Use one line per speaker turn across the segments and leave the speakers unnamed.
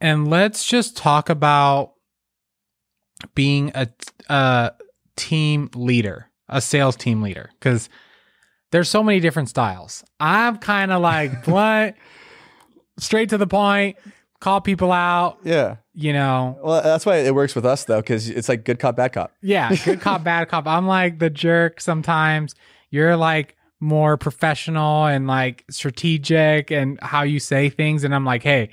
and let's just talk about being a, a team leader, a sales team leader, because there's so many different styles. I'm kind of like blunt, straight to the point, call people out,
Yeah.
you know.
Well, that's why it works with us though, because it's like good cop, bad cop.
Yeah, good cop, bad cop. I'm like the jerk sometimes. You're like more professional and like strategic and how you say things. And I'm like, hey,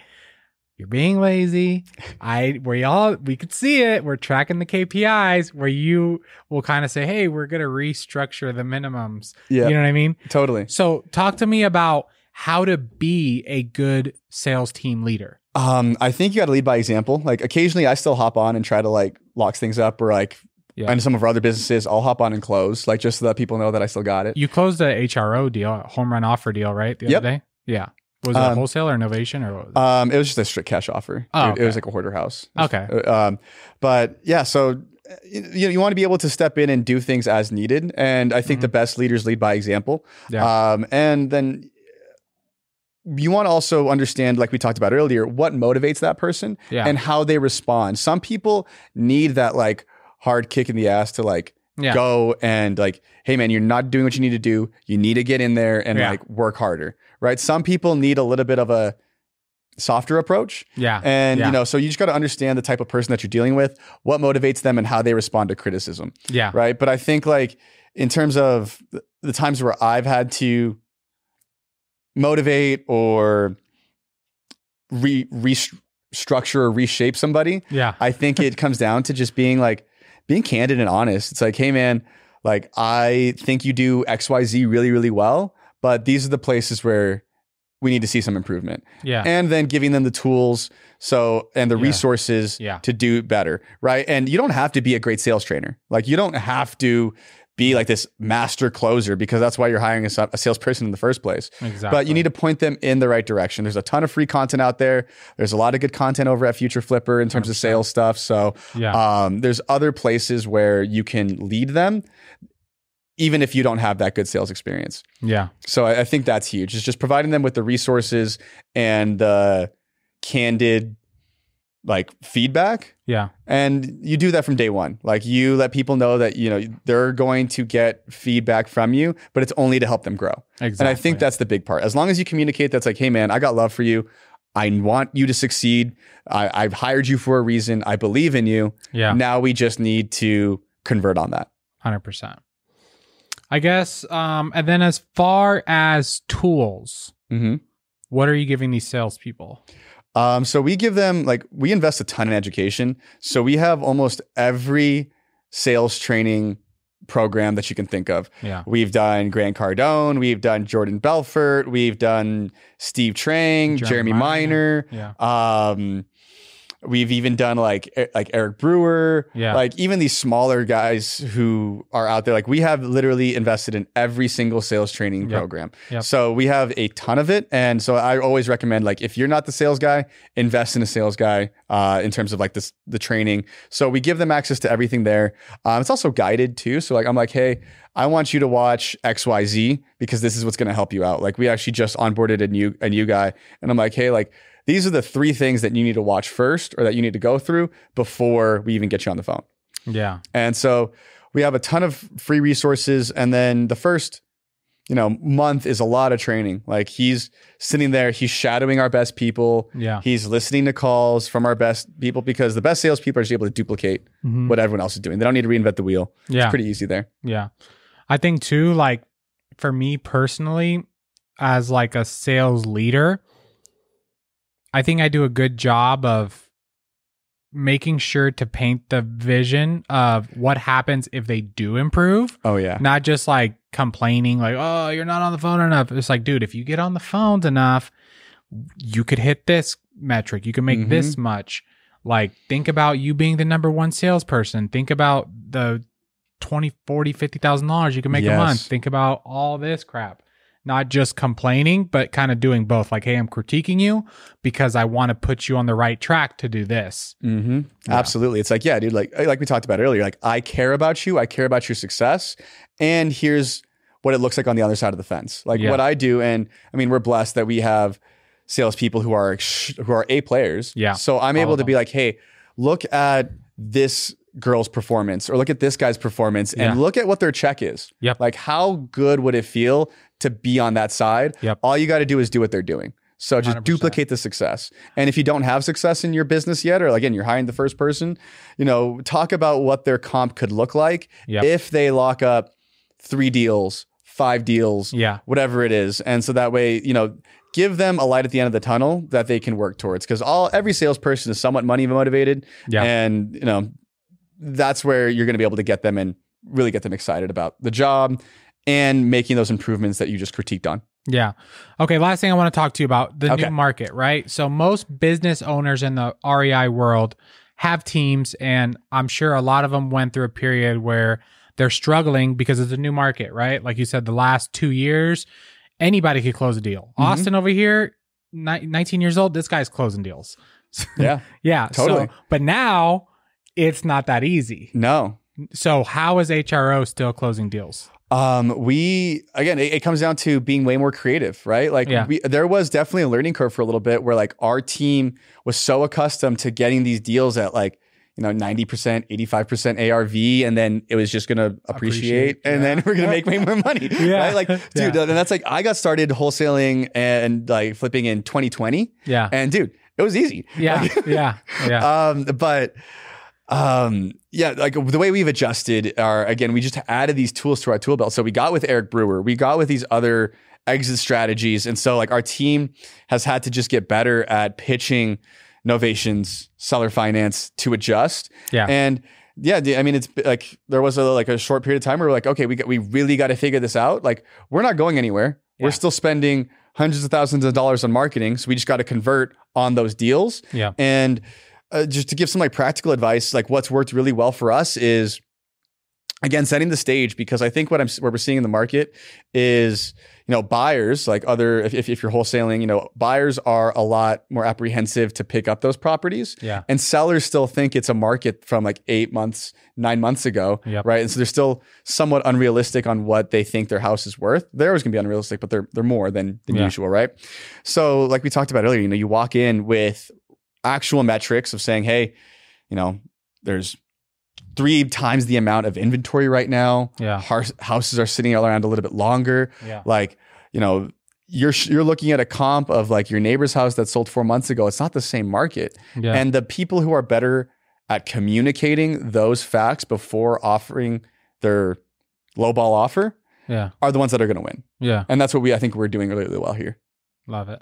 you're being lazy. I we all we could see it. We're tracking the KPIs where you will kind of say, hey, we're gonna restructure the minimums.
Yeah,
You know what I mean?
totally.
So talk to me about how to be a good sales team leader.
Um, I think you got to lead by example. Like occasionally, I still hop on and try to like lock things up, or like,
Yeah.
and some of our other businesses, I'll hop on and close, like just so that people know that I still got it.
You closed a HRO deal, a home run offer deal, right? The
Yep.
other day? Yeah. Was it
Um,
wholesale or innovation or what was it?
Um, it was just a strict cash offer.
Oh,
it, it
okay.
was like a hoarder house.
Okay.
Uh, Um, but yeah, so uh, you, you want to be able to step in and do things as needed, and I think
Mhm.
the best leaders lead by example.
Yeah.
Um, and then uh, you want to also understand, like we talked about earlier, what motivates that person
Yeah.
and how they respond. Some people need that like hard kick in the ass to like
yeah.
go and like, hey man, you're not doing what you need to do. You need to get in there and
Yeah.
like work harder, right? Some people need a little bit of a softer approach.
Yeah.
And
Yeah.
you know, so you just got to understand the type of person that you're dealing with, what motivates them, and how they respond to criticism,
yeah.
right? But I think like in terms of th- the times where I've had to motivate or re restructure or reshape somebody,
Yeah.
I think it comes down to just being like being candid and honest. It's like, hey man, like I think you do XYZ really, really well, but these are the places where we need to see some improvement.
Yeah.
And then giving them the tools so and the
Yeah.
resources
Yeah.
to do better. Right. And you don't have to be a great sales trainer. Like you don't have to be like this master closer because that's why you're hiring a, sa- a salesperson in the first place
Exactly.
but you need to point them in the right direction. There's a ton of free content out there. There's a lot of good content over at Future Flipper in terms of sales stuff. So
Yeah.
um, there's other places where you can lead them, even if you don't have that good sales experience.
yeah.
So I, I think that's huge. It's just providing them with the resources and the candid like feedback.
Yeah.
And you do that from day one. Like you let people know that you know they're going to get feedback from you, but it's only to help them grow.
Exactly.
And I think that's the big part. As long as you communicate, that's like, hey, man, I got love for you. I want you to succeed. I, I've hired you for a reason. I believe in you.
yeah.
Now we just need to convert on that.
Hundred percent. I guess. Um. And then as far as tools,
Mm-hmm.
what are you giving these salespeople?
Um, so we give them, like, we invest a ton in education. So we have almost every sales training program that you can think of.
Yeah.
We've done Grant Cardone. We've done Jordan Belfort. We've done Steve Trang,
Jeremy
Jeremy
Minor.
Miner.
Yeah.
Um, we've even done like E- like Eric Brewer,
Yeah.
like even these smaller guys who are out there. Like we have literally invested in every single sales training
Yep.
program.
Yep.
So we have a ton of it, and so I always recommend like if you're not the sales guy, invest in a sales guy uh, in terms of like this the training. So we give them access to everything there. Um, it's also guided too. So like I'm like, hey, I want you to watch X Y Z because this is what's going to help you out. Like we actually just onboarded a new a new guy, and I'm like, hey, like these are the three things that you need to watch first or that you need to go through before we even get you on the phone.
Yeah.
And so we have a ton of free resources. And then the first, you know, month is a lot of training. Like he's sitting there, he's shadowing our best people.
Yeah.
He's listening to calls from our best people because the best salespeople are just able to duplicate
Mhm.
what everyone else is doing. They don't need to reinvent the wheel.
Yeah.
Pretty easy there.
Yeah. I think too, like for me personally, as like a sales leader, I think I do a good job of making sure to paint the vision of what happens if they do improve.
Oh yeah.
Not just like complaining, like, oh, you're not on the phone enough. It's like, dude, if you get on the phones enough, you could hit this metric. You can make this much. Like, think about you being the number one salesperson. Think about the 20, 40, 50,000 dollars you can make a
Yes.
month. Think about all this crap. Not just complaining, but kind of doing both. Like, hey, I'm critiquing you because I want to put you on the right track to do this.
Mm-hmm. Absolutely. It's like, yeah, dude, like like we talked about earlier, like I care about you, I care about your success, and here's what it looks like on the other side of the fence. Like
Yeah.
what I do and I mean, we're blessed that we have salespeople who are ex- who are A players.
Yeah.
So I'm
All
able
of
to be like, hey, look at this girl's performance or look at this guy's performance and
Yeah.
look at what their check is.
Yep.
Like how good would it feel to be on that side?
Yep.
All you got to do is do what they're doing. So just
100%.
duplicate the success. And if you don't have success in your business yet, or again, you're hiring the first person, you know, talk about what their comp could look like
Yep.
if they lock up three deals, five deals,
Yeah.
whatever it is. And so that way, you know, give them a light at the end of the tunnel that they can work towards. Because all every salesperson is somewhat money motivated.
Yeah.
And, you know, that's where you're going to be able to get them and really get them excited about the job and making those improvements that you just critiqued on.
Yeah. Okay. Last thing I want to talk to you about the
Okay.
new market, right? So, most business owners in the REI world have teams, and I'm sure a lot of them went through a period where they're struggling because it's a new market, right? Like you said, the last two years, anybody could close a deal.
Mhm.
Austin over here, ni- 19 years old, this guy's closing deals.
Yeah.
Yeah.
Totally.
So, but now it's not that easy.
no.
So, how is HRO still closing deals?
Um, we again, it, it comes down to being way more creative, right? Like,
Yeah.
we, there was definitely a learning curve for a little bit where like our team was so accustomed to getting these deals at like you know ninety percent, eighty five percent ARV, and then it was just gonna appreciate,
Appreciate,
and
yeah.
then we're gonna make way more money,
Yeah.
right? Like, dude,
Yeah.
and that's like I got started wholesaling and like flipping in twenty twenty,
Yeah.
and dude, it was easy,
Yeah. Yeah. Yeah.
um, but um, yeah, like the way we've adjusted are again, we just added these tools to our tool belt. So we got with Eric Brewer, we got with these other exit strategies, and so like our team has had to just get better at pitching novations, seller finance to adjust.
Yeah.
and yeah, the- I mean, it's like there was a, like a short period of time where we're like, okay, we got, we really got to figure this out. Like we're not going anywhere. We're
Yeah.
still spending hundreds of thousands of dollars on marketing, so we just got to convert on those deals.
Yeah.
And uh, just to give some like practical advice, like what's worked really well for us is again setting the stage because I think what I'm what we're seeing in the market is you know buyers like other if, if, if you're wholesaling you know buyers are a lot more apprehensive to pick up those properties
Yeah.
and sellers still think it's a market from like eight months nine months ago
Yep.
right and so they're still somewhat unrealistic on what they think their house is worth they're always going to be unrealistic but they're they're more than, than
Yeah.
usual right so like we talked about earlier you know you walk in with actual metrics of saying hey you know there's three times the amount of inventory right now
Yeah.
Har- houses are sitting around a little bit longer
Yeah.
like you know you're sh- you're looking at a comp of like your neighbor's house that sold 4 months ago it's not the same market
Yeah.
and the people who are better at communicating those facts before offering their lowball offer
yeah.
are the ones that are going to win
Yeah.
and that's what we I think we're doing really, really well here
Love it.